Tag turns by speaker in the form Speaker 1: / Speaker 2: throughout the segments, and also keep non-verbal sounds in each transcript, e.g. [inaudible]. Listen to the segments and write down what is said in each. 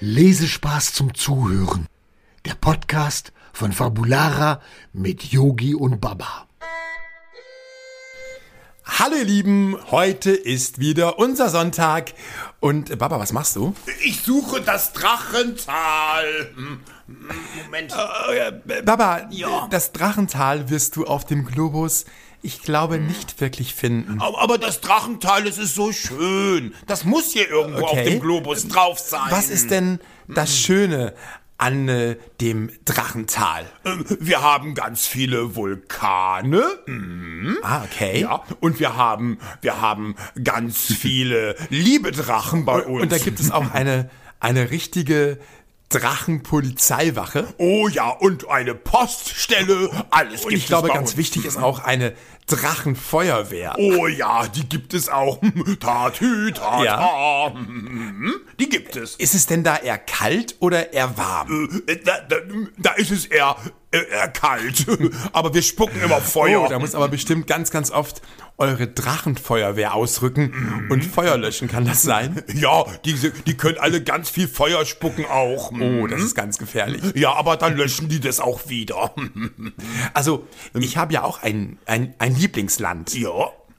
Speaker 1: Lesespaß zum Zuhören. Der Podcast von Fabulara mit Yogi und Baba.
Speaker 2: Hallo ihr Lieben, heute ist wieder unser Sonntag. Und äh, Baba, was machst du?
Speaker 3: Ich suche das Drachental. Hm, Moment.
Speaker 2: Äh, Baba,
Speaker 3: Ja.
Speaker 2: das Drachental wirst du auf dem Globus, ich glaube,
Speaker 3: Hm.
Speaker 2: nicht wirklich finden.
Speaker 3: Aber aber das Drachental, es ist so schön. Das muss hier irgendwo
Speaker 2: Okay.
Speaker 3: auf dem Globus drauf sein.
Speaker 2: Was ist denn
Speaker 3: Hm.
Speaker 2: das Schöne an äh, dem Drachental?
Speaker 3: Ähm, Wir haben ganz viele Vulkane.
Speaker 2: Ah, okay.
Speaker 3: Ja, und wir haben, wir haben ganz viele liebe Drachen bei uns.
Speaker 2: Und da gibt es auch eine, eine richtige Drachenpolizeiwache.
Speaker 3: oh ja, und eine Poststelle. Alles
Speaker 2: Und
Speaker 3: gibt
Speaker 2: ich glaube,
Speaker 3: es bei
Speaker 2: ganz
Speaker 3: uns.
Speaker 2: wichtig ist auch eine Drachenfeuerwehr.
Speaker 3: Oh ja, die gibt es auch. Hm, Tatü, tata.
Speaker 2: Ja.
Speaker 3: Hm, Die gibt es.
Speaker 2: Ist es denn da eher kalt oder eher warm?
Speaker 3: Äh, Da, da, da ist es eher, äh, eher kalt. [laughs] Aber wir spucken immer Feuer.
Speaker 2: Oh, da muss aber bestimmt ganz, ganz oft eure Drachenfeuerwehr ausrücken und Feuer löschen, kann das sein?
Speaker 3: ja, die, die können alle ganz viel Feuer spucken auch.
Speaker 2: Oh, das ist ganz gefährlich.
Speaker 3: Ja, aber dann löschen die das auch wieder.
Speaker 2: [laughs] Also, ich habe ja auch ein, ein, ein Lieblingsland.
Speaker 3: ja,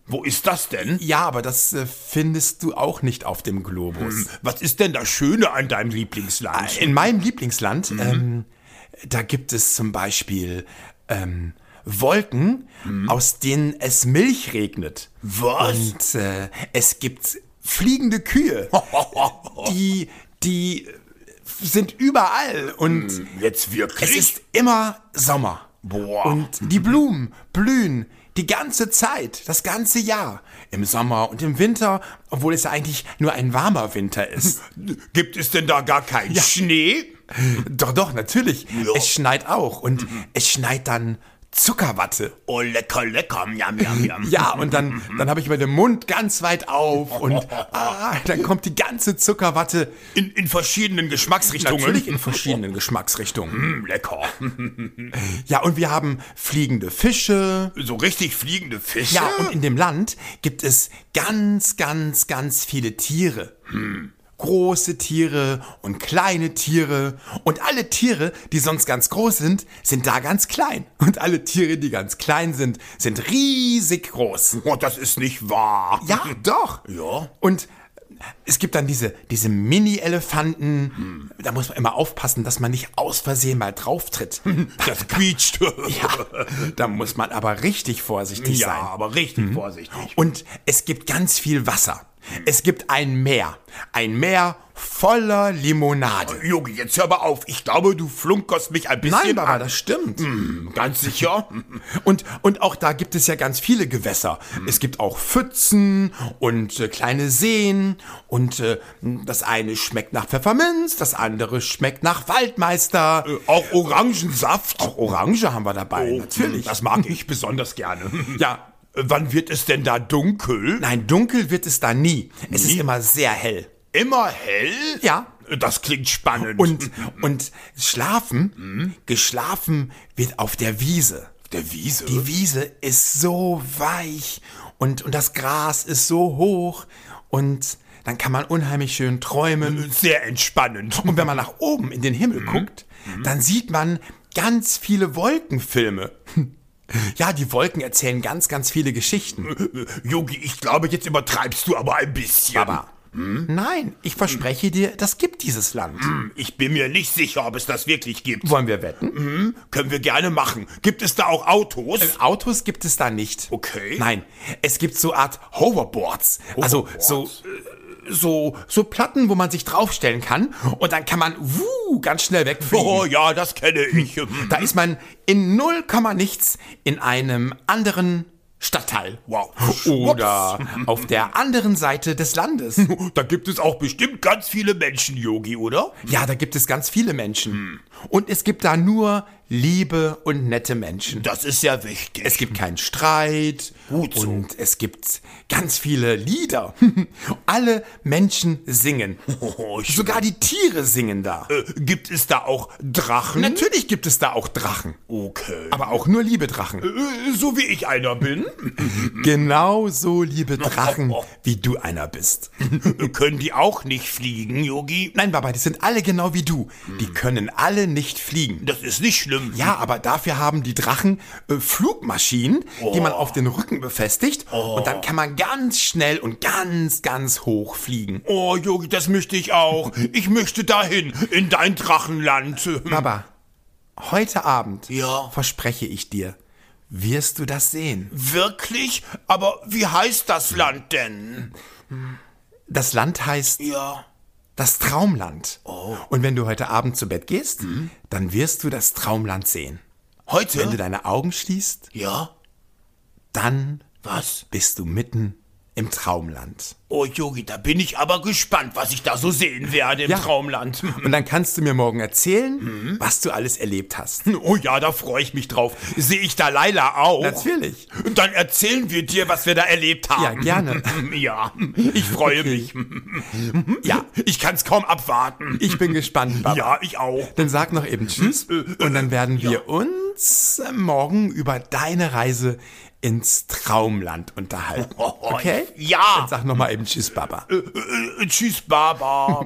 Speaker 3: wo ist das denn?
Speaker 2: Ja, aber das äh, findest du auch nicht auf dem Globus.
Speaker 3: Hm. Was ist denn das Schöne an deinem Lieblingsland?
Speaker 2: In meinem Lieblingsland,
Speaker 3: Mhm.
Speaker 2: ähm, da gibt es zum Beispiel ähm, Wolken, aus denen es Milch regnet.
Speaker 3: Mhm. Was?
Speaker 2: Und äh, es gibt fliegende
Speaker 3: [laughs]
Speaker 2: Kühe, Ah, äh. die, die sind überall und
Speaker 3: Jetzt wirklich?
Speaker 2: es ist immer Sommer.
Speaker 3: Mhm. Boah.
Speaker 2: Und
Speaker 3: [laughs]
Speaker 2: die Blumen blühen die ganze Zeit, das ganze Jahr. Im Sommer und im Winter, obwohl es ja eigentlich nur ein warmer Winter ist.
Speaker 3: gibt es denn da gar keinen Schnee?
Speaker 2: Doch, doch, natürlich.
Speaker 3: Ja. Mhm.
Speaker 2: Es schneit auch. Und es schneit dann Zuckerwatte.
Speaker 3: Oh, lecker, lecker. Miam, miam, miam.
Speaker 2: Ja, und
Speaker 3: [laughs]
Speaker 2: dann, dann habe ich mir den Mund ganz weit auf und ah, dann
Speaker 3: [laughs]
Speaker 2: kommt die ganze Zuckerwatte
Speaker 3: In, in verschiedenen Geschmacksrichtungen.
Speaker 2: natürlich in verschiedenen Geschmacksrichtungen.
Speaker 3: Mm, lecker. [laughs]
Speaker 2: Ja, und wir haben fliegende Fische.
Speaker 3: So richtig fliegende Fische?
Speaker 2: Ja, und in dem Land gibt es ganz, ganz, ganz viele Tiere. Hm. Große Tiere und kleine Tiere. Und alle Tiere, die sonst ganz groß sind, sind da ganz klein. Und alle Tiere, die ganz klein sind, sind riesig groß.
Speaker 3: Oh, das ist nicht wahr.
Speaker 2: Ja, doch.
Speaker 3: Ja.
Speaker 2: Und es gibt dann diese, diese Mini-Elefanten. Da muss man immer aufpassen, dass man nicht aus Versehen mal drauftritt.
Speaker 3: Das quietscht.
Speaker 2: [laughs] Ja, da muss man aber richtig vorsichtig
Speaker 3: Ja,
Speaker 2: sein.
Speaker 3: aber richtig
Speaker 2: Mhm.
Speaker 3: vorsichtig.
Speaker 2: Und es gibt ganz viel Wasser. Es gibt ein Meer. Ein Meer voller Limonade.
Speaker 3: Jogi, Äh, jetzt hör mal auf. Ich glaube, du flunkerst mich ein bisschen
Speaker 2: Nein, Baba,
Speaker 3: an.
Speaker 2: das stimmt.
Speaker 3: Ganz sicher? [laughs]
Speaker 2: Und, und auch da gibt es ja ganz viele Gewässer.
Speaker 3: Mhm.
Speaker 2: Es gibt auch Pfützen und äh, kleine Seen. Und äh, das eine schmeckt nach Pfefferminz, das andere schmeckt nach Waldmeister.
Speaker 3: Äh, Auch Orangensaft?
Speaker 2: Auch Orange haben wir dabei,
Speaker 3: Oh,
Speaker 2: natürlich.
Speaker 3: Das mag ich besonders gerne.
Speaker 2: [laughs] Ja.
Speaker 3: Äh, Wann wird es denn da dunkel?
Speaker 2: Nein, dunkel wird es da nie. Es ist immer sehr hell.
Speaker 3: Immer hell?
Speaker 2: Ja.
Speaker 3: Äh, Das klingt spannend.
Speaker 2: Und,
Speaker 3: Mhm.
Speaker 2: und schlafen, geschlafen wird auf der Wiese.
Speaker 3: der Wiese?
Speaker 2: Die Wiese ist so weich und, und das Gras ist so hoch und dann kann man unheimlich schön träumen.
Speaker 3: Äh, Sehr entspannend.
Speaker 2: [laughs]
Speaker 3: Mhm.
Speaker 2: Und wenn man nach oben in den Himmel guckt, dann sieht man ganz viele Wolkenfilme. [laughs] Ja, die Wolken erzählen ganz, ganz viele Geschichten.
Speaker 3: Äh, Jogi, ich glaube, jetzt übertreibst du aber ein bisschen.
Speaker 2: Aber
Speaker 3: Mhm.
Speaker 2: nein, ich verspreche dir, das gibt dieses Land.
Speaker 3: Hm, Ich bin mir nicht sicher, ob es das wirklich gibt.
Speaker 2: Wollen wir wetten?
Speaker 3: Können wir gerne machen. Gibt es da auch Autos?
Speaker 2: Äh, Autos gibt es da nicht.
Speaker 3: Okay.
Speaker 2: Nein, es gibt so Art Hoverboards. Also so, äh, so, so Platten, wo man sich draufstellen kann und dann kann man wuh, ganz schnell wegfliegen.
Speaker 3: Oh ja, das kenne
Speaker 2: Hm.
Speaker 3: ich. Hm.
Speaker 2: Da ist man in 0, nichts in einem anderen Stadtteil.
Speaker 3: Wow.
Speaker 2: Oder auf der anderen Seite des Landes.
Speaker 3: [laughs] Da gibt es auch bestimmt ganz viele Menschen, Yogi, oder?
Speaker 2: Ja, da gibt es ganz viele Menschen. Und es gibt da nur liebe und nette Menschen.
Speaker 3: Das ist ja wichtig.
Speaker 2: Es gibt keinen Streit
Speaker 3: Gut so.
Speaker 2: und es gibt ganz viele
Speaker 3: [laughs]
Speaker 2: Lieder. Alle Menschen singen.
Speaker 3: Oh, ich-
Speaker 2: Sogar die Tiere singen da.
Speaker 3: Äh, hm? gibt es da auch Drachen?
Speaker 2: Natürlich gibt es da auch Drachen,
Speaker 3: Okay.
Speaker 2: aber auch nur liebe Drachen.
Speaker 3: Äh, hm? so wie ich einer bin,
Speaker 2: Genauso Genau liebe
Speaker 3: Oh,
Speaker 2: Drachen, wie du einer bist.
Speaker 3: äh, können die auch nicht fliegen, Yogi.
Speaker 2: Nein, Baba, die sind alle genau wie du.
Speaker 3: Hm.
Speaker 2: Die können alle nicht fliegen.
Speaker 3: Das ist nicht schlimm.
Speaker 2: Ja, aber dafür haben die Drachen äh, Flugmaschinen, die
Speaker 3: Oh.
Speaker 2: man auf den Rücken befestigt. Und dann kann man ganz schnell und ganz, ganz hoch fliegen.
Speaker 3: Oh, Yogi, das möchte ich auch. Ich möchte dahin, in dein Drachenland.
Speaker 2: Baba, heute Abend
Speaker 3: Hm. Ja.
Speaker 2: verspreche ich dir, wirst du das sehen.
Speaker 3: Wirklich? Aber wie heißt das Land denn?
Speaker 2: Das Land heißt
Speaker 3: Ja.
Speaker 2: das Traumland.
Speaker 3: Oh.
Speaker 2: Und wenn du heute Abend zu Bett gehst,
Speaker 3: Hm.
Speaker 2: dann wirst du das Traumland sehen.
Speaker 3: Heute?
Speaker 2: Wenn du deine Augen schließt,
Speaker 3: ja.
Speaker 2: dann
Speaker 3: Was?
Speaker 2: bist du mitten im Traumland.
Speaker 3: Oh, Yogi, da bin ich aber gespannt, was ich da so sehen werde im
Speaker 2: Ja.
Speaker 3: Traumland. [laughs]
Speaker 2: Und dann kannst du mir morgen erzählen,
Speaker 3: Hm.
Speaker 2: was du alles erlebt hast.
Speaker 3: Oh ja, da freue ich mich drauf. Sehe ich da Laila auch?
Speaker 2: Natürlich.
Speaker 3: Dann erzählen wir dir, was wir da erlebt haben.
Speaker 2: Ja, gerne.
Speaker 3: [laughs] Ja, ich freue mich.
Speaker 2: Ja,
Speaker 3: Ich kann es kaum abwarten.
Speaker 2: ich bin gespannt, Baba.
Speaker 3: Ja, ich auch.
Speaker 2: Dann sag noch eben Tschüss
Speaker 3: Hm? Äh,
Speaker 2: und dann werden wir uns morgen über deine Reise ins Traumland
Speaker 3: [laughs]
Speaker 2: unterhalten. Okay?
Speaker 3: Oh, Ja.
Speaker 2: Dann sag nochmal eben Tschüss, Baba.
Speaker 3: Äh, tschüss, Baba.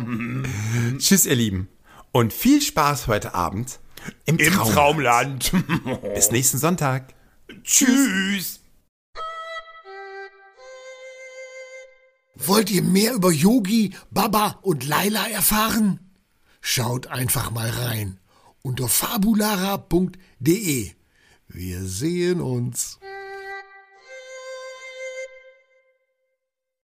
Speaker 2: Tschüss, ihr Lieben. Und viel Spaß heute Abend im,
Speaker 3: Im
Speaker 2: Traumland.
Speaker 3: Traumland.
Speaker 2: Bis nächsten Sonntag.
Speaker 3: tschüss.
Speaker 1: Wollt ihr mehr über Yogi, Baba und Laila erfahren? Schaut einfach mal rein unter fabulara.de. Wir sehen uns.